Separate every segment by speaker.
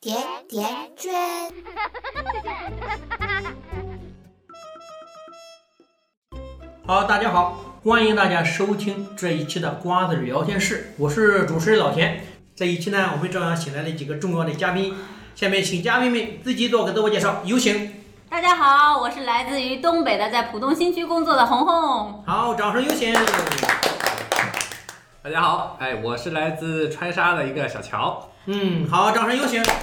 Speaker 1: 甜甜圈。
Speaker 2: 好，大家好，欢迎大家收听这一期的瓜子聊天室，我是主持人老田。这一期呢，我们照样请来了几个重要的嘉宾，下面请嘉宾们自己做个自我介绍，有请。
Speaker 3: 大家好，我是来自于东北的，在浦东新区工作的红红。
Speaker 2: 好，掌声有请。
Speaker 4: 大家好，哎，我是来自川沙的一个小乔。
Speaker 2: 嗯，好，掌声有请。哎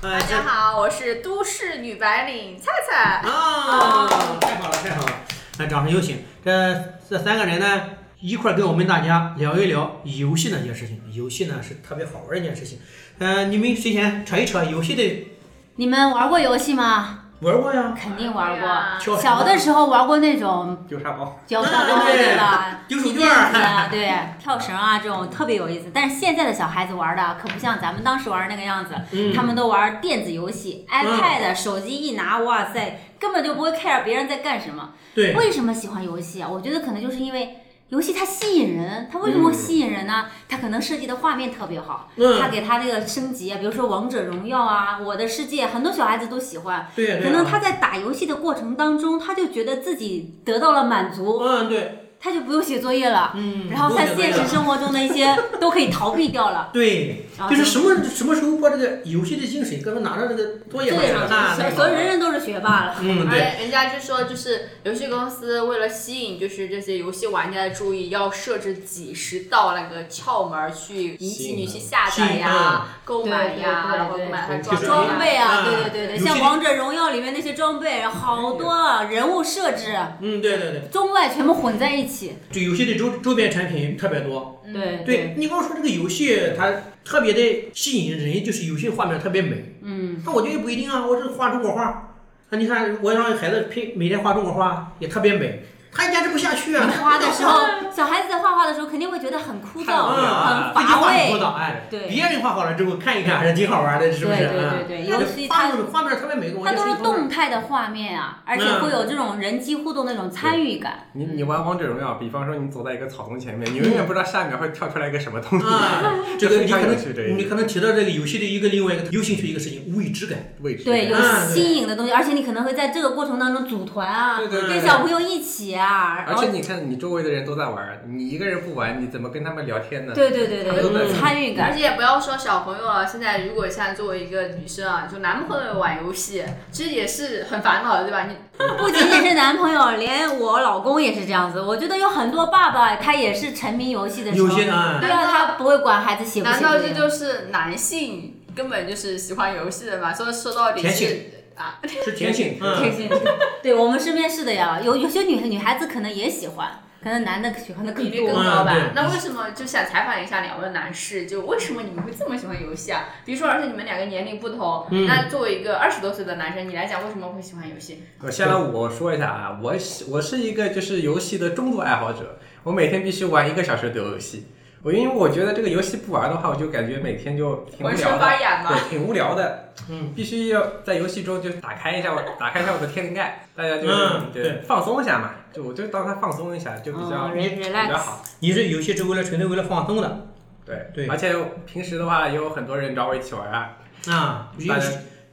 Speaker 5: 大
Speaker 2: 大
Speaker 5: 家好，我是都市女白领菜菜。
Speaker 2: 啊，太好了，太好了！那掌声有请。这这三个人呢，一块儿跟我们大家聊一聊游戏那件事情。游戏呢是特别好玩的一件事情。呃，你们谁先扯一扯游戏的？
Speaker 3: 你们玩过游戏吗？
Speaker 2: 玩过呀，
Speaker 3: 肯定玩
Speaker 5: 对
Speaker 3: 过。
Speaker 5: 啊
Speaker 2: 跳
Speaker 3: 小的时候玩过那种
Speaker 2: 丢沙包、
Speaker 3: 摇沙包对吧？
Speaker 2: 丢手
Speaker 3: 踢
Speaker 2: 绢
Speaker 3: 毽子
Speaker 2: 儿。
Speaker 3: 啊，对，跳绳啊，这种特别有意思。但是现在的小孩子玩的可不像咱们当时玩那个样子，
Speaker 2: 嗯
Speaker 3: 他们都玩电子游戏
Speaker 2: 嗯
Speaker 3: ，iPad、手机一拿，哇塞，根本就不会 care 别人在干什么。
Speaker 2: 对，
Speaker 3: 为什么喜欢游戏啊？我觉得可能就是因为游戏它吸引人，它为什么会吸引人呢？它可能设计的画面特别好，它
Speaker 2: 嗯，
Speaker 3: 给它这个升级，啊比如说《王者荣耀》啊，《我的世界》，很多小孩子都喜欢。
Speaker 2: 对啊对。
Speaker 3: 可能他在打游戏的过程当中，他就觉得自己得到了满足，
Speaker 2: 嗯对，
Speaker 3: 他就不用写作业了。
Speaker 2: 嗯。
Speaker 3: 然后在现实生活中的一些 都可以逃避掉了。
Speaker 2: 对，
Speaker 3: 啊
Speaker 2: 就是什么什么时候把这个游戏的精髓，刚刚拿着这个作业本
Speaker 3: 对
Speaker 2: 上看，那
Speaker 3: 所
Speaker 2: 个
Speaker 3: 所以人人都是学霸了。
Speaker 2: 嗯对，
Speaker 5: 哎，人家就说，就是游戏公司为了吸引就是这些游戏玩家的注意，要设置几十道那个窍门儿去引
Speaker 4: 吸
Speaker 5: 起
Speaker 4: 引
Speaker 5: 你
Speaker 4: 人
Speaker 5: 去下载呀、购买呀，
Speaker 3: 对对对
Speaker 5: 然后买它
Speaker 4: 对对
Speaker 5: 装
Speaker 3: 装
Speaker 5: 备呀。
Speaker 3: 备啊，
Speaker 2: 嗯
Speaker 3: 对对对对，
Speaker 2: 游戏
Speaker 3: 像《王者荣耀》里面那些装备，好多啊人物设置，
Speaker 2: 嗯对对对，
Speaker 3: 中外全部混在一起。
Speaker 2: 这游戏的周周边产品特别多。
Speaker 5: 嗯
Speaker 3: 对
Speaker 2: 对，你刚说这个游戏，它特别的吸引人，就是游戏画面特别美。
Speaker 3: 嗯，
Speaker 2: 那我觉得也不一定啊，我这画中国画，那你看我让孩子配每天画中国画也特别美，他坚持不下去啊。
Speaker 3: 画的时候，小孩子在画画的时候肯定会觉得很枯燥、很
Speaker 2: 啊，自己
Speaker 3: 乏
Speaker 2: 画很枯
Speaker 3: 味。
Speaker 2: 燥，哎，
Speaker 3: 对
Speaker 2: 别人画好了之后看一看还是挺好玩的，是不是？啊
Speaker 3: 对对对对尤其
Speaker 2: 画
Speaker 3: 它
Speaker 2: 面画面特别美，我
Speaker 3: 它
Speaker 2: 觉得
Speaker 3: 都
Speaker 2: 是一方面。
Speaker 3: 是动态的画面啊，而且会有这种人机互动的那种参与感。
Speaker 4: 你你玩王者荣耀，比方说你走在一个草丛前面，你永
Speaker 3: 嗯
Speaker 4: 远不知道下一秒会跳出来一个什么东西，
Speaker 2: 啊， 这个你可
Speaker 4: 非常有趣这
Speaker 2: 能
Speaker 4: 一
Speaker 2: 你可能提到这个游戏的一个另外一个有兴趣一个事情，无与之感。
Speaker 4: 位置
Speaker 3: 对，有
Speaker 2: 嗯对
Speaker 3: 新颖的东西，而且你可能会在这个过程当中组团啊，
Speaker 4: 对对
Speaker 2: 对
Speaker 3: 跟小朋友一起啊，
Speaker 4: 而
Speaker 3: 然后
Speaker 4: 且你看，你周围的人都在玩，你一个人不玩，你怎么跟他们聊天呢？
Speaker 3: 对对对对，有
Speaker 2: 嗯
Speaker 3: 种参与
Speaker 5: 而
Speaker 3: 感。
Speaker 5: 且也不要说小朋友啊，现在如果像作为一个女生啊，就男朋友玩游戏，其实也是很烦恼的，对吧？你
Speaker 3: 不仅仅是男朋友，连我老公也是这样子。我觉得有很多爸爸他也是沉迷游戏的时
Speaker 2: 有
Speaker 3: 候，
Speaker 2: 些啊，
Speaker 3: 对啊，他不会管孩子写不写
Speaker 5: 难
Speaker 3: 作
Speaker 5: 道
Speaker 3: 业
Speaker 5: 这。就是男性根本就是喜欢游戏的嘛？所以说到底
Speaker 2: 田
Speaker 5: 是
Speaker 2: 径
Speaker 5: 啊，
Speaker 2: 是甜品，嗯
Speaker 3: 开心。 对我们身边是的呀，有有些女女孩子可能也喜欢，可能男的喜欢的
Speaker 5: 比
Speaker 3: 更
Speaker 5: 例更
Speaker 3: 多。
Speaker 5: 高
Speaker 2: 嗯对
Speaker 5: 吧？那为什么就想采访一下两位男士，就为什么你们会这么喜欢游戏啊？比如说，而且你们两个年龄不同，
Speaker 2: 嗯
Speaker 5: 那作为一个二十多岁的男生，你来讲为什么会喜欢游戏？
Speaker 4: 我先来我说一下啊，我喜我是一个就是游戏的中毒爱好者，我每天必须玩一个小时的游戏。我因为我觉得这个游戏不玩的话，我就感觉每天就挺无
Speaker 5: 浑身
Speaker 4: 聊的，
Speaker 5: 发痒吗？
Speaker 4: 对，挺无聊的。
Speaker 2: 嗯，
Speaker 4: 必须要在游戏中就打开一下我，打开一下我的天灵盖，大家就是、
Speaker 2: 嗯对
Speaker 4: 对放松一下嘛，就我就当它放松一下，就比较、
Speaker 3: 嗯人
Speaker 4: 比较
Speaker 3: relax
Speaker 4: 好。
Speaker 2: 你是游戏是为了纯粹为了放松的
Speaker 4: 对
Speaker 2: 对
Speaker 4: 而且平时的话也有很多人找我一起玩啊，
Speaker 2: 啊，
Speaker 4: 大家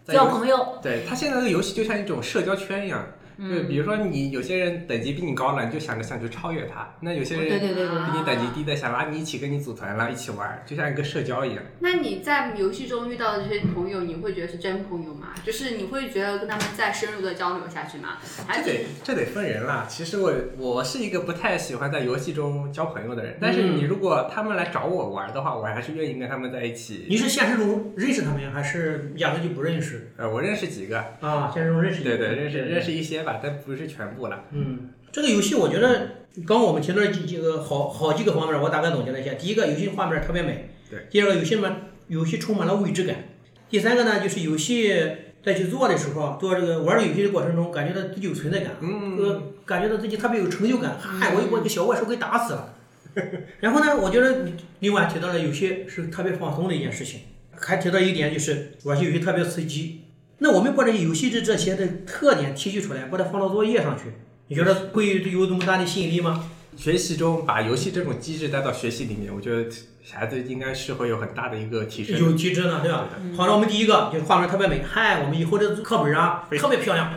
Speaker 4: 在
Speaker 3: 交
Speaker 4: 游戏
Speaker 3: 朋友，
Speaker 4: 对他现在的游戏就像一种社交圈一样，就
Speaker 3: 嗯，
Speaker 4: 比如说你有些人等级比你高了，你就想着想去超越他；那有些
Speaker 3: 哦对
Speaker 4: 人
Speaker 3: 对对对，
Speaker 4: 比你等级低的，想拉你一起跟你组团了，一起玩，就像一个社交一样。
Speaker 5: 那你在游戏中遇到的这些朋友，你会觉得是真朋友吗？就是你会觉得跟他们再深入的交流下去吗？还
Speaker 4: 这
Speaker 5: 是
Speaker 4: 得这得分人啦。其实我我是一个不太喜欢在游戏中交朋友的人，但是
Speaker 2: 嗯
Speaker 4: 你如果他们来找我玩的话，我还是愿意跟他们在一起。
Speaker 2: 你是现实中认识他们呀，还是压根就不认识
Speaker 4: 呃，我认识几个，
Speaker 2: 啊？现实中认识
Speaker 4: 对对，认识认识一些吧，但不是全部了。
Speaker 2: 嗯，这个游戏我觉得，刚我们提到了几几个好好几个方面，我大概总结了一下。第一个，游戏画面特别美；
Speaker 4: 对，
Speaker 2: 第二个，游戏嘛，游戏充满了未知感；第三个呢，就是游戏在去做的时候，做这个玩的游戏的过程中，感觉到自己有存在感，
Speaker 4: 嗯，
Speaker 2: 呃，感觉到自己特别有成就感。嗨，我我给小怪兽给打死 了。然后呢，我觉得你另外提到了游戏是特别放松的一件事情，还提到一点就是玩游戏特别刺激。那我们把这游戏的这些的特点提取出来，把它放到作业上去，你觉得会有这么大的吸引力吗？
Speaker 4: 学习中把游戏这种机制带到学习里面，我觉得孩子应该是会有很大的一个提升。嗯
Speaker 2: 有机制呢，对吧？好，那我们第一个就是画面特别美，嗨，我们以后这课本啊特别漂亮，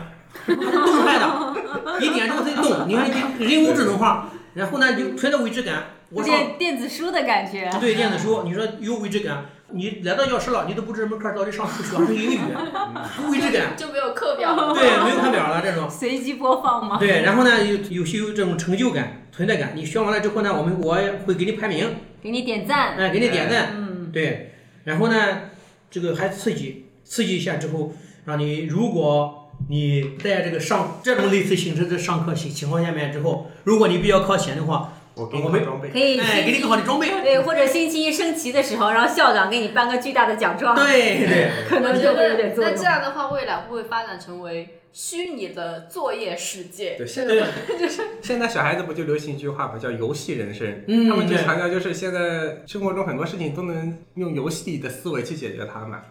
Speaker 2: 动态的，一点这个东西动，你看人工智能化，然后呢就纯的未知感。我上
Speaker 3: 电电子书的感觉。啊
Speaker 2: 对电子书，你说有未知感，你来到教室了，你都不知这门课到底上数学还是英语，未知感。
Speaker 5: 就没有课表了。
Speaker 2: 对，没有看表了这种。
Speaker 3: 随机播放吗？
Speaker 2: 对，然后呢，有有些有这种成就感、存在感。你学完了之后呢，我们我也会给你排名，
Speaker 3: 给你点赞。
Speaker 2: 哎，给你点
Speaker 4: 嗯
Speaker 2: 赞，对。然后呢，这个还刺激，刺激一下之后，让你如果你在这个上这种类似形式的上课情情况下面之后，如果你比较靠前的话，
Speaker 4: 我给你买装备
Speaker 3: 可，以
Speaker 2: 哎，给
Speaker 3: 星
Speaker 2: 你
Speaker 3: 期
Speaker 2: 更好的装备。
Speaker 3: 对，或者星期一升旗的时候，然后校长给你颁个巨大的奖状，
Speaker 2: 对
Speaker 4: 啊
Speaker 2: 对，
Speaker 3: 可
Speaker 5: 我
Speaker 3: 能
Speaker 5: 觉
Speaker 3: 就会有
Speaker 5: 得
Speaker 3: 点作
Speaker 5: 那这
Speaker 3: 用。
Speaker 5: 样的话，未来会不会发展成为虚拟的作业世界？
Speaker 4: 对，现在
Speaker 2: 对，
Speaker 4: 现在小孩子不就流行一句话嘛，叫“游戏人生”。
Speaker 2: 嗯
Speaker 4: 他们就
Speaker 2: 对
Speaker 4: 强调就是现在生活中很多事情都能用游戏的思维去解决它嘛。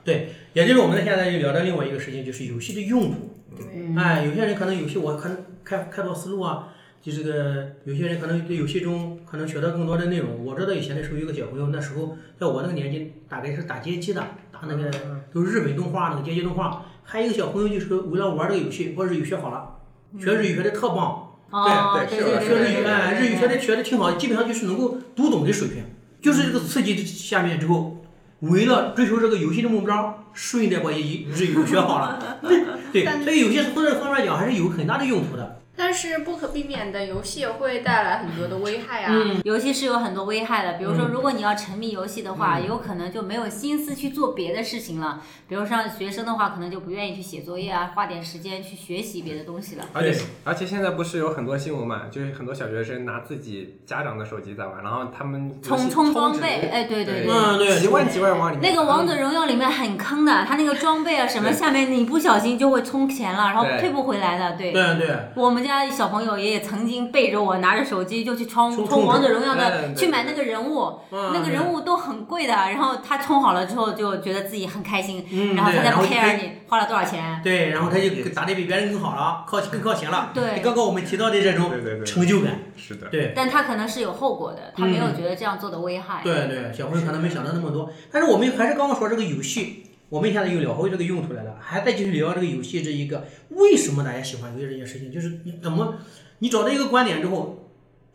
Speaker 2: 也就是我们现在就聊到另外一个事情，就是游戏的用途。
Speaker 3: 嗯
Speaker 2: 哎，有些人可能有些我可能开开拓思路啊，就这个有些人可能对游戏中可能学到更多的内容。我知道以前的时候，有个小朋友，那时候在我那个年纪，大概是打街机的，打那个都是日本动画那个街机动画。还有一个小朋友就是为了玩这个游戏，把日语学好了，学日语学的特棒，
Speaker 3: 哦，对
Speaker 4: 对是
Speaker 3: 对
Speaker 4: 吧
Speaker 3: 对
Speaker 2: 学日
Speaker 3: 对
Speaker 2: 语哎，日语学的学的挺好，基本上就是能够读懂的水平。就是这个刺激下面之后，为了追求这个游戏的目标，顺带把日语学好了。 对，所以有些从这方面讲还是有很大的用途的。
Speaker 5: 但是不可避免的，游戏也会带来很多的危害啊。
Speaker 3: 嗯游戏是有很多危害的，比如说，
Speaker 4: 嗯
Speaker 3: 如果你要沉迷游戏的话，有可能就没有心思去做别的事情了。比如像学生的话，可能就不愿意去写作业啊，花点时间去学习别的东西了。
Speaker 4: 而且而且现在不是有很多新闻嘛，就是很多小学生拿自己家长的手机在玩，然后他们游
Speaker 3: 充
Speaker 4: 戏
Speaker 3: 充
Speaker 4: 充
Speaker 3: 装
Speaker 4: 值
Speaker 3: 备，哎，对对
Speaker 4: 对
Speaker 3: 对。
Speaker 2: 嗯对
Speaker 4: 几万几万往里面
Speaker 3: 那个王
Speaker 4: 投
Speaker 3: 者荣耀里面很坑的，它那个装备啊什么，
Speaker 4: 对
Speaker 3: 下面你不小心就会充钱了，然后
Speaker 4: 对
Speaker 3: 退不回来的。对，
Speaker 2: 对对，
Speaker 3: 我们家小朋友也曾经背着我拿着手机就去充
Speaker 2: 充充
Speaker 3: 充
Speaker 2: 值
Speaker 3: 王者荣耀
Speaker 4: 对
Speaker 3: 的，
Speaker 4: 对
Speaker 3: 去买那个人物，
Speaker 2: 嗯
Speaker 3: 那个人物都很贵的。然后他充好了之后就觉得自己很开心，
Speaker 2: 嗯
Speaker 3: 然后
Speaker 2: 对
Speaker 3: 他再
Speaker 2: 然后
Speaker 3: care 你花了多少钱。
Speaker 2: 对，然后他就打得比别人更好了，靠更靠前了。
Speaker 3: 对
Speaker 2: 刚刚我们提到的这种
Speaker 4: 对对对
Speaker 2: 成就感，
Speaker 4: 是的，
Speaker 2: 对嗯
Speaker 3: 但他可能是有后果的，他没有觉得这样做的危害。
Speaker 2: 对对，小朋友可能没想到那么多，但是我们还是刚刚说这个游戏，我们现在又聊回这个用途来了，还再继续聊这个游戏这一个为什么大家喜欢游戏这件事情，就是你怎么你找到一个观点之后。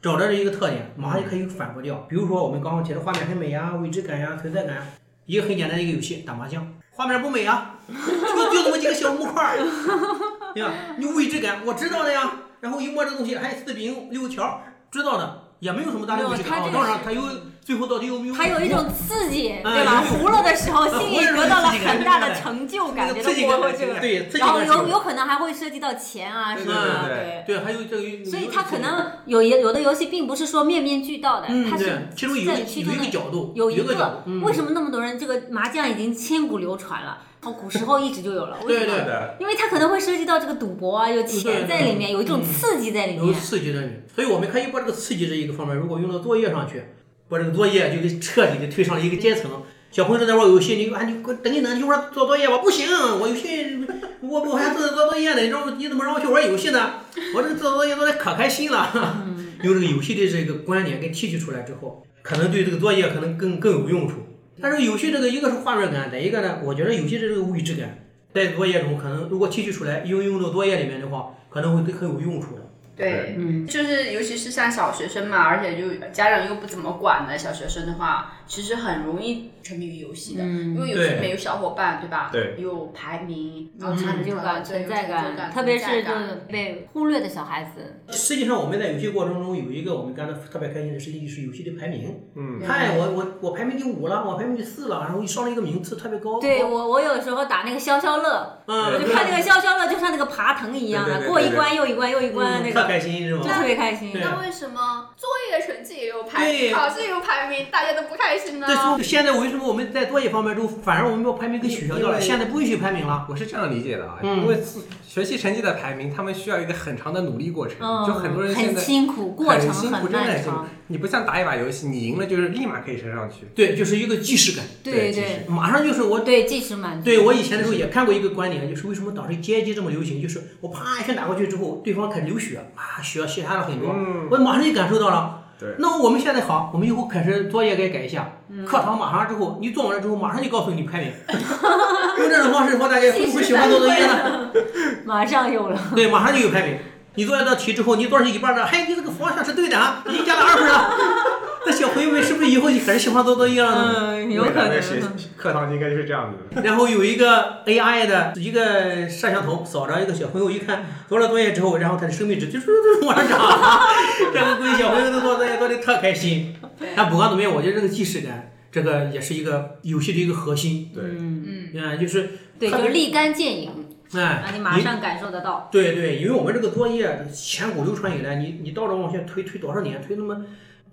Speaker 2: 找到了一个特点，马上就可以反驳掉。比如说我们刚刚提的画面很美呀、未知感呀、存在感呀，啊一个很简单的一个游戏，打麻将，画面不美啊，就就这么几个小木块儿，对吧？你未知感，我知道的呀。然后一摸这东西，还有四饼六条，知道的，也没有什么大的未知感。啊
Speaker 3: 没有它这个
Speaker 2: 当然，
Speaker 3: 是
Speaker 2: 它有最后到底有没有？
Speaker 3: 他有一种刺激，
Speaker 2: 嗯
Speaker 3: 对吧？
Speaker 2: 有一种
Speaker 3: 胡了 的时候，心里得到了很大的
Speaker 2: 有一种
Speaker 3: 成就
Speaker 2: 那
Speaker 3: 感，
Speaker 2: 个
Speaker 3: 觉
Speaker 2: 嗯刺
Speaker 3: 得
Speaker 2: 激
Speaker 3: 我
Speaker 2: 感
Speaker 3: 我这个，
Speaker 2: 对刺激
Speaker 3: 然后
Speaker 2: 感
Speaker 3: 有
Speaker 2: 是。
Speaker 3: 有可能还会涉及到钱啊什么
Speaker 2: 对
Speaker 3: 的，
Speaker 4: 对对
Speaker 3: 对。
Speaker 2: 对，还有这个，
Speaker 3: 所以他可能有一有的游戏并不是说面面俱到的，
Speaker 2: 嗯，
Speaker 3: 它
Speaker 2: 对
Speaker 3: 是，
Speaker 2: 其中有一
Speaker 3: 在
Speaker 2: 个
Speaker 3: 其
Speaker 2: 有
Speaker 3: 中
Speaker 2: 一
Speaker 3: 的
Speaker 2: 个角度，
Speaker 3: 有一
Speaker 2: 个角
Speaker 3: 个
Speaker 2: 度，嗯
Speaker 3: 为什么那么多人这个麻将已经千古流传了？从古时候一直就有了，为
Speaker 2: 对
Speaker 3: 什么？
Speaker 4: 是的，
Speaker 3: 因为它可能会涉及到这个赌博啊，有钱在里面，有一种刺激在里
Speaker 2: 嗯有
Speaker 3: 面。
Speaker 2: 刺激的人，所以我们可以把这个刺激这一个方面，如果用到作业上去，把这个作业就给彻底的推上了一个阶层。小朋友都在玩游戏，你啊，你给我等一等，一会儿做作业吧。不行，我游戏，我我还自己做作业呢，你让我你怎么让我去玩游戏呢？我这个做作业做的可开心了。
Speaker 3: 嗯
Speaker 2: 用这个游戏的这个观点给提取出来之后，可能对这个作业可能更更有用处。但是游戏这个一个是画面感，再一个呢，我觉得游戏的这个未知感，在作业中可能如果提取出来应用到作业里面的话，可能会很有用处的。
Speaker 5: 对，
Speaker 3: 嗯，
Speaker 5: 就是尤其是像小学生嘛，而且就家长又不怎么管的小学生的话，其实很容易沉迷于游戏的，
Speaker 3: 嗯
Speaker 5: 因为游戏里面有小伙伴，对吧？
Speaker 4: 对，
Speaker 5: 有排名，然后
Speaker 3: 嗯有成就感、
Speaker 5: 对
Speaker 3: 存
Speaker 5: 有
Speaker 3: 在
Speaker 5: 感，
Speaker 3: 感，特别
Speaker 5: 存在
Speaker 3: 是就
Speaker 5: 感
Speaker 3: 是被忽略的小孩子，
Speaker 2: 实际上，我们在游戏过程中有一个我们干的特别开心的事情，就是游戏的排名。
Speaker 4: 嗯，
Speaker 2: 嗨，我我我排名第五了，我排名第四了，然后一上了一个名次特别高。
Speaker 3: 对我我有时候打那个消消乐，我
Speaker 2: 嗯，
Speaker 3: 就
Speaker 2: 对
Speaker 3: 看那个消消乐就像那个爬藤一样
Speaker 4: 对
Speaker 3: 的，
Speaker 4: 对对
Speaker 3: 过一
Speaker 4: 对
Speaker 3: 关又一关又一关
Speaker 2: 嗯
Speaker 3: 那
Speaker 2: 特
Speaker 3: 个，
Speaker 2: 开心是
Speaker 3: 就
Speaker 2: 吧？
Speaker 3: 特别开心。
Speaker 2: 对
Speaker 5: 那为什么作业成绩也有排
Speaker 2: 对
Speaker 5: 名，考试也有排名，大家都不开开心呢。
Speaker 2: 对，所以现在为什么我们在作业方面都反而我们把排名给取消掉了？
Speaker 4: 因为
Speaker 2: 现在不允许排名了。
Speaker 4: 我是这样理解的啊，
Speaker 2: 嗯
Speaker 4: 因为学习成绩的排名，他们需要一个很长的努力过程，
Speaker 3: 嗯，
Speaker 4: 就很多人现在
Speaker 3: 辛苦，过程
Speaker 4: 很辛苦，真的
Speaker 3: 漫
Speaker 4: 很辛苦
Speaker 3: 长。。
Speaker 4: 你不像打一把游戏，你赢了就是立马可以升上去。
Speaker 2: 对，就是一个即视感，
Speaker 3: 对哦
Speaker 4: 对其实
Speaker 2: 马上就是我。
Speaker 3: 对，即时满足。
Speaker 2: 对我以前的时候也看过一个观点，就是为什么导致阶级这么流行，就是我啪一下打过去之后，对方开始流血，啊，血血压了很多，
Speaker 4: 嗯，
Speaker 2: 我马上就感受到了。
Speaker 4: 对，
Speaker 2: 那我们现在好，我们以后开始作业该改一下，课堂马上之后，你做完了之后，马上就告诉你排名。用这种方式的话，大家会不会喜欢做作业呢？
Speaker 3: 马上有了，
Speaker 2: 对，马上就有排名。你做一道题之后，你做到一半了，嘿，你这个方向是对的啊，已经加了二分了。 那小朋友们是不是以后就开始喜欢做作业了呢？
Speaker 3: 嗯，
Speaker 4: 每个人学课堂应该就是这样子的。
Speaker 2: 然后有一个 AI 的一个摄像头扫着一个小朋友，一看做了作业之后，然后他的生命值就是往上涨， 然后估计小朋友都做作业做的特开心。但不管怎么样，我觉得这个即视感，这个也是一个游戏的一个核心，
Speaker 4: 对，
Speaker 3: 嗯，
Speaker 5: 嗯，
Speaker 2: 嗯，就是
Speaker 3: 对，
Speaker 2: 特
Speaker 3: 就
Speaker 2: 别
Speaker 3: 是立竿见影
Speaker 2: 哎，
Speaker 3: 啊，你马上感受得到。
Speaker 2: 对对，因为我们这个作业千古流传以来，你你倒着往下推，推多少年，推那么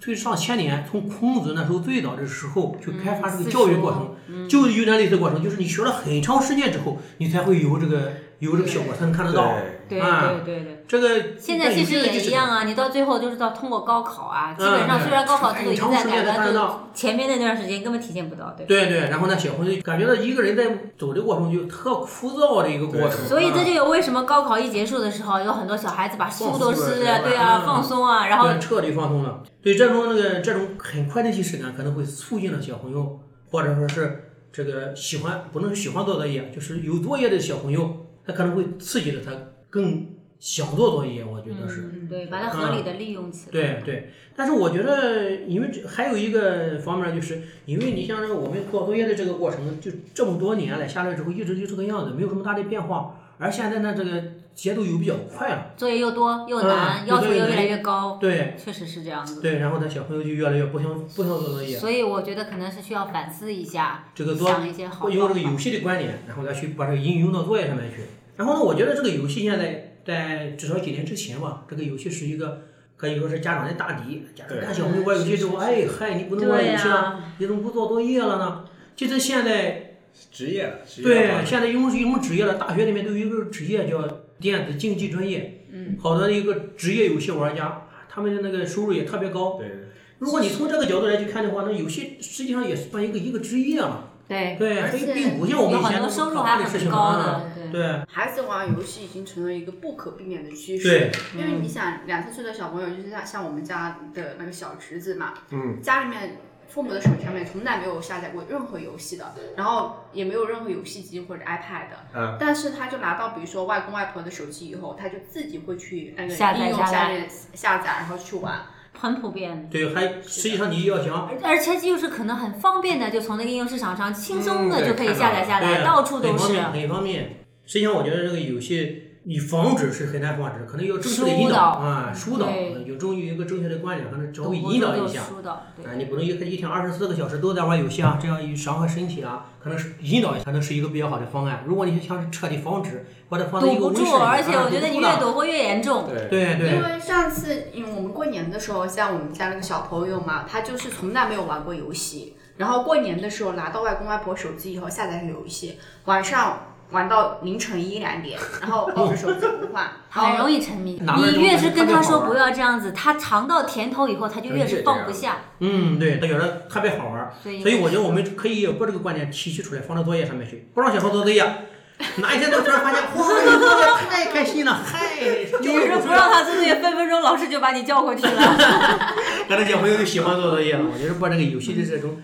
Speaker 2: 推上千年，从孔子那时候最早的时候就开发这个教育过程，
Speaker 3: 嗯
Speaker 2: 就有点类似的过程，就是你学了很长时间之后，你才会有这个有这个效果，才能看得到。
Speaker 3: 对
Speaker 2: 啊
Speaker 3: 对对对。
Speaker 2: 这个
Speaker 3: 现在其实也一样啊，你到最后就是到通过高考啊，基本上虽然高考
Speaker 2: 嗯
Speaker 3: 制度已经在
Speaker 2: 很
Speaker 3: 改
Speaker 2: 长时间才看
Speaker 3: 了，
Speaker 2: 得
Speaker 3: 就
Speaker 2: 到
Speaker 3: 前面那段时间根本体现不到，对。
Speaker 2: 对对，然后呢，小朋友感觉到一个人在走的过程就特枯燥的一个过程，
Speaker 3: 所以这
Speaker 2: 啊
Speaker 3: 就有为什么高考一结束的时候，有很多小孩子把书都撕啊，
Speaker 4: 放松了
Speaker 3: 对啊，
Speaker 2: 嗯
Speaker 3: 放松啊，然后
Speaker 2: 对彻底放松了。对这种那个这种很快的即视啊感，可能会促进了小朋友，或者说是这个喜欢，不能说喜欢做作业，就是有作业的小朋友，他可能会刺激着他更想做作业。我觉得是，
Speaker 3: 嗯对，把它合理的利用起来。
Speaker 2: 对对。但是我觉得，因为这还有一个方面，就是因为你像这个我们做作业的这个过程，就这么多年了下来之后，一直就这个样子，没有什么大的变化。而现在呢，这个节奏又比较快了，
Speaker 3: 作业又多又难，
Speaker 2: 嗯
Speaker 3: 要求又越来越高，
Speaker 2: 对。
Speaker 3: 确实是这样子。
Speaker 2: 对，然后呢，小朋友就越来越不想不想做作业，
Speaker 3: 所以我觉得可能是需要反思一下，
Speaker 2: 这个多
Speaker 3: 想一些好
Speaker 2: 用这
Speaker 3: 方
Speaker 2: 个
Speaker 3: 法
Speaker 2: 游戏的观点，然后再去把这个应用到作业上面去。然后呢，我觉得这个游戏现在在至少几年之前吧，这个游戏是一个可以说是家长的大敌。家长
Speaker 4: 对
Speaker 2: 看小朋友玩游戏之后，哎嗨，你不能玩
Speaker 3: 对
Speaker 2: 游戏了，
Speaker 3: 呀，
Speaker 2: 你怎么不做作业了呢？其实现在
Speaker 4: 职业了，职业
Speaker 2: 对
Speaker 4: 化
Speaker 2: 现在用什么职业了？大学里面都有一个职业叫电子竞技专业，
Speaker 5: 嗯，
Speaker 2: 好多一个职业游戏玩家，啊他们的那个收入也特别高。
Speaker 4: 对
Speaker 2: 如果你从这个角度来去看的话，那游戏实际上也算一个一个职业了。
Speaker 3: 对，
Speaker 2: 对，
Speaker 5: 而且
Speaker 2: 并并不像我们
Speaker 3: 哎有
Speaker 2: 以前
Speaker 3: 很
Speaker 2: 那
Speaker 3: 多
Speaker 2: 么
Speaker 3: 收
Speaker 2: 可
Speaker 3: 入
Speaker 2: 怕
Speaker 3: 还
Speaker 2: 的事
Speaker 3: 很
Speaker 2: 情
Speaker 3: 高
Speaker 2: 啊。
Speaker 3: 的，对。
Speaker 2: 对
Speaker 5: 孩子玩游戏已经成了一个不可避免的趋势。
Speaker 2: 对，
Speaker 4: 嗯
Speaker 5: 因为你想，两三岁的小朋友，就是像像我们家的那个小侄子嘛，
Speaker 4: 嗯，
Speaker 5: 家里面父母的手机上面从来没有下载过任何游戏的，然后也没有任何游戏机或者 iPad 的，
Speaker 4: 嗯，
Speaker 5: 但是他就拿到比如说外公外婆的手机以后，他就自己会去那个
Speaker 3: 下载
Speaker 5: 应用
Speaker 3: 下
Speaker 5: 下
Speaker 3: 来
Speaker 5: 面下载，然后去玩。
Speaker 3: 很普遍的。
Speaker 2: 对，还实际上你要想，
Speaker 3: 而而且就是可能很方便的，就从那个应用市场上轻松
Speaker 4: 嗯
Speaker 3: 的
Speaker 4: 对
Speaker 3: 就可以下载下来，
Speaker 2: 对
Speaker 3: 到处
Speaker 2: 很
Speaker 3: 都
Speaker 2: 方
Speaker 3: 是啊
Speaker 2: 便，很方便。实际上，我觉得这个游戏你防止是很难防止，可能要正确的引
Speaker 3: 疏
Speaker 2: 导
Speaker 3: 导
Speaker 2: 啊，疏导
Speaker 3: 对
Speaker 2: 有中有一个正确的观点，可能稍微
Speaker 3: 动不
Speaker 2: 引导
Speaker 3: 动就
Speaker 2: 一下。
Speaker 3: 疏导，对
Speaker 2: 啊，你不能一一天二十四个小时都在玩游戏啊，这样一伤害身体啊，可能是引导一下，可能是一个比较好的方案。如果你想是彻底防止，或者放在一个
Speaker 3: 堵不
Speaker 2: 温
Speaker 3: 住，
Speaker 2: 室里
Speaker 3: 而且
Speaker 2: 啊
Speaker 3: 我觉得
Speaker 2: 堵
Speaker 3: 你
Speaker 2: 不住
Speaker 3: 越
Speaker 2: 了
Speaker 3: 堵会越严重。，
Speaker 4: 对
Speaker 2: 对对，
Speaker 5: 因为上次，因为我们过年的时候，像我们家那个小朋友嘛，他就是从来没有玩过游戏，然后过年的时候拿到外公外婆手机以后下载游戏，晚上玩到凌晨一两点，然后抱着手机不换 然
Speaker 3: 很
Speaker 5: 后
Speaker 3: 容易沉迷，
Speaker 2: 哪门儿
Speaker 3: 你越是跟他说
Speaker 4: 中国人他就好玩
Speaker 3: 不要这样子，他尝到甜头以后，他就越是放不下。
Speaker 2: 嗯，对，他觉得特别好玩儿，
Speaker 3: 所以，
Speaker 2: 所以我觉得我们可以把这个观点提取出来，放到作业上面去，不让小孩做作业。哪一天他突然发现，哇，你做作业太开心了，嗨，
Speaker 5: 哎
Speaker 3: 你
Speaker 2: 就是是
Speaker 3: 不 让他做作业，分分钟老师就把你叫过去了。
Speaker 2: 可能小朋友就喜欢做作业了。我觉得把这个游戏的这种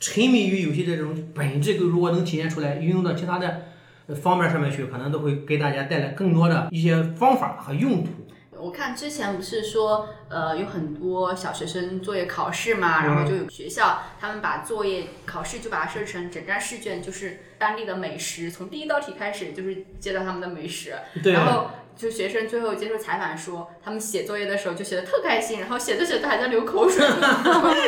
Speaker 2: 沉迷于游戏的这种本质，如果能体现出来，运用到其他的呃方面上面去，可能都会给大家带来更多的一些方法和用途。
Speaker 5: 我看之前不是说，呃，有很多小学生作业考试嘛，然后
Speaker 3: 嗯
Speaker 5: 就有学校他们把作业考试就把它设成整张试卷，就是当地的美食，从第一道题开始就是介绍他们的美食，
Speaker 2: 对，
Speaker 5: 然后就学生最后接受采访说，他们写作业的时候就写的特开心，然后写着写着还在流口水，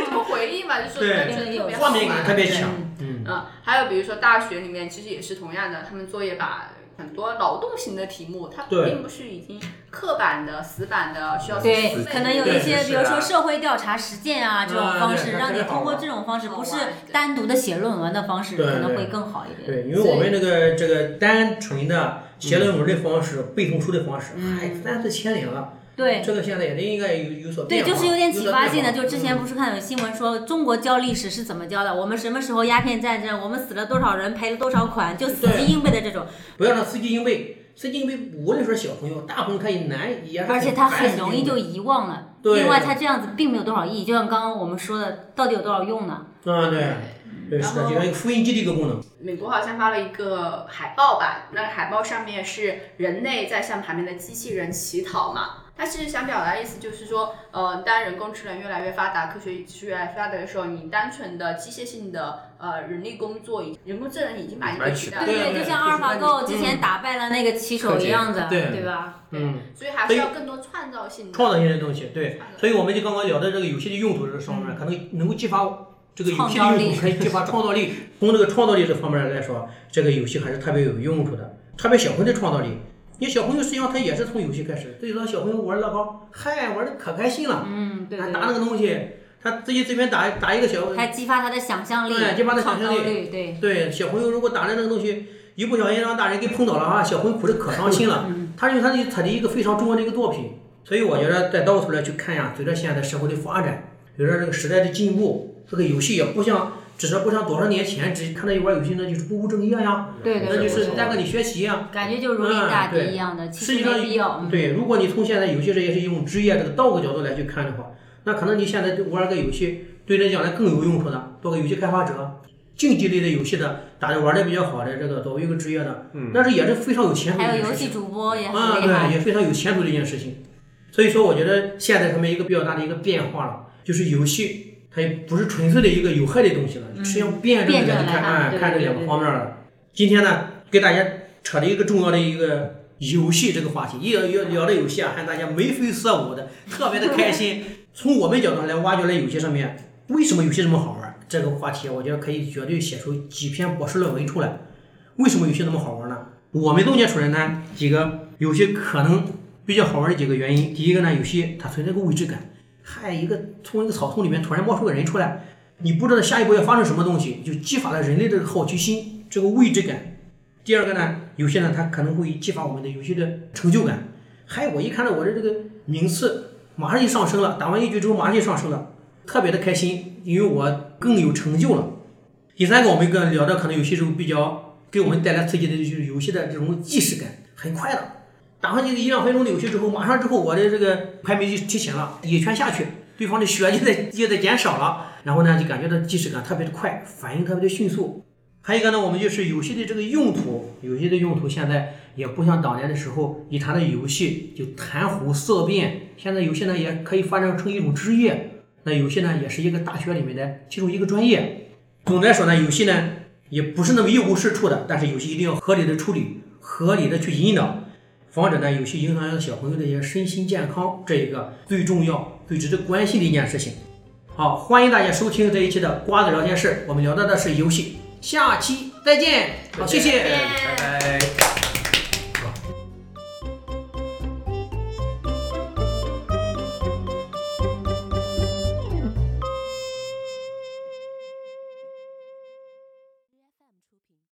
Speaker 5: 这么回忆嘛，就说
Speaker 2: 对
Speaker 5: 那真的特别好
Speaker 2: 画
Speaker 5: 玩
Speaker 2: 面感特别强。
Speaker 5: 对
Speaker 2: 嗯，
Speaker 5: 嗯，还有比如说大学里面其实也是同样的，他们作业把。很多劳动型的题目，它
Speaker 2: 对
Speaker 5: 并不是已经刻板的、死板的，需要去思
Speaker 3: 对，
Speaker 5: 维的
Speaker 3: 可能有一些，
Speaker 4: 对
Speaker 3: 比
Speaker 4: 是啊
Speaker 3: 如说社会调查实践啊这种方式，
Speaker 4: 嗯
Speaker 3: 让你通过这种方式，
Speaker 5: 好
Speaker 3: 不
Speaker 5: 玩
Speaker 3: 是单独的写论文的方式，
Speaker 2: 对
Speaker 3: 可能会更好一点。
Speaker 2: 对，因为我们这个这个单纯的写论文的方式、背诵书的方式，哎，三四千年了，
Speaker 3: 对
Speaker 2: 这个现在也得应该有有所
Speaker 3: 对，
Speaker 2: 变化，
Speaker 3: 就是有点启发性的。
Speaker 2: 有所变化
Speaker 3: 就
Speaker 2: 嗯
Speaker 3: 之前不是看有新闻说中国教历史是怎么教的？我们什么时候鸦片战争？我们死了多少人？赔了多少款？就死记
Speaker 2: 对
Speaker 3: 硬背的这种，
Speaker 2: 不要让司机硬背，司机硬背，无论说小朋友、大朋友，他也难，也是
Speaker 3: 而且它
Speaker 2: 烦
Speaker 3: 很容易就遗忘了。
Speaker 2: 对
Speaker 3: 另外，它这样子并没有多少意义。就像刚刚我们说的，到底有多少用呢？
Speaker 2: 啊，对，对，
Speaker 5: 然
Speaker 2: 是的，
Speaker 5: 后
Speaker 2: 就像一个复印机的一个功能，
Speaker 5: 美国好像发了一个海报吧，那个海报上面是人类在向旁边的机器人乞讨嘛。它其实想表达的意思就是说，呃，当人工智能越来越发达，科学技术越来越发达的时候，你单纯的机械性的呃人力工作，已人工智能已经把你给取代
Speaker 2: 对
Speaker 5: 了，
Speaker 3: 对，
Speaker 2: 对
Speaker 3: 就像
Speaker 2: 就
Speaker 3: 阿
Speaker 2: 是
Speaker 3: 尔法
Speaker 2: 那
Speaker 3: 狗
Speaker 2: 你
Speaker 3: 之前打败了那个骑手一样的，
Speaker 2: 科技对
Speaker 3: 对吧？
Speaker 2: 嗯，
Speaker 5: 所以还是要更多创造性的
Speaker 2: 创造性的东西，对。
Speaker 5: 创造
Speaker 2: 所以我们就刚刚聊的这个游戏的用途这方面，可能能够激发这个游戏的
Speaker 3: 创造
Speaker 2: 用
Speaker 3: 力
Speaker 2: 途，可以激发创造力。从这个创造力这方面来说，这个游戏还是特别有用处的，特别小朋友的创造力。因为小朋友实际上他也是从游戏开始，所以说小朋友玩乐高，嗨，玩的可开心了，
Speaker 3: 嗯，对
Speaker 2: 他
Speaker 3: 对
Speaker 2: 打
Speaker 3: 对，
Speaker 2: 那个东西，他自己这边打打一个小，
Speaker 3: 还激发他的想象力，
Speaker 2: 对激发他想象力
Speaker 3: 创造力，对，
Speaker 2: 对小朋友如果打的那个东西，一不小心让大人给碰倒了啊，小朋友哭的可伤心了。
Speaker 3: 嗯
Speaker 2: 他是他的他的一个非常重要的一个作品，所以我觉得再到头来去看呀，随着现在社会的发展，随着这个时代的进步，这个游戏也不像，只是不像多少年前，只看到一玩游戏那就是不务正业呀，
Speaker 3: 对对
Speaker 2: 那
Speaker 3: 对
Speaker 2: 就是带给你学习呀。
Speaker 3: 感觉就如临大
Speaker 2: 嗯
Speaker 3: 敌一样的，其
Speaker 2: 实际
Speaker 3: 实
Speaker 2: 上
Speaker 3: 没必要。嗯
Speaker 2: 对，如果你从现在游戏这也是用职业这个道德角度来去看的话，那可能你现在玩个游戏，对人将来更有用处的，做个游戏开发者，竞技类的游戏的，打的玩的比较好的这个作为一个职业的，
Speaker 4: 嗯
Speaker 2: 那是也是非常有前途的
Speaker 3: 还
Speaker 2: 一
Speaker 3: 有
Speaker 2: 件
Speaker 3: 游
Speaker 2: 事情
Speaker 3: 戏主播也
Speaker 2: 啊，
Speaker 3: 很厉害，
Speaker 2: 对，也非常有前途的一件事情。所以说，我觉得现在他们一个比较大的一个变化了，就是游戏它也不是纯粹的一个有害的东西了，
Speaker 3: 嗯
Speaker 2: 是要辩证
Speaker 3: 辩
Speaker 2: 的来
Speaker 3: 证来
Speaker 2: 看，
Speaker 3: 看
Speaker 2: 哎，
Speaker 3: 对
Speaker 2: 看这
Speaker 3: 对
Speaker 2: 两个
Speaker 3: 对对
Speaker 2: 方面了。今天呢，给大家扯了一个重要的一个游戏这个话题，一聊一聊这游戏啊，还大家眉飞色舞的，特别的开心。从我们角度上来挖掘了游戏上面为什么游戏这么好玩，这个话题我觉得可以绝对写出几篇博士论文出来。为什么游戏那么好玩呢？我们总结出来呢几个游戏可能比较好玩的几个原因。第一个呢，游戏它存在一个未知感，嗨，一个从一个草丛里面突然冒出个人出来，你不知道下一步要发生什么东西，就激发了人类的好奇心，这个未知感。第二个呢，游戏呢它可能会激发我们的游戏的成就感，嗨，我一看到我的这个名次马上就上升了，打完一局之后马上就上升了，特别的开心，因为我更有成就了。第三个，我们跟聊的可能有些时候比较给我们带来刺激的就是游戏的这种即视感，很快的，打上这个一两分钟的游戏之后，马上之后我的这个排名就提前了，野圈下去，对方的血就在也在减少了，然后呢就感觉到即视感特别的快，反应特别的迅速。还有一个呢，我们就是游戏的这个用途，游戏的用途现在也不像当年的时候，一谈到游戏就谈虎色变。现在游戏呢也可以发展成一种职业，那游戏呢也是一个大学里面的其中一个专业。总的来说呢，游戏呢也不是那么一无是处的，但是游戏一定要合理的处理，合理的去引导，防止呢游戏影响到小朋友的一些身心健康，这一个最重要、最值得关心的一件事情。好，欢迎大家收听这一期的瓜子聊天室，我们聊到的是游戏，下期再见。好，谢谢。
Speaker 5: 性。
Speaker 4: 拜拜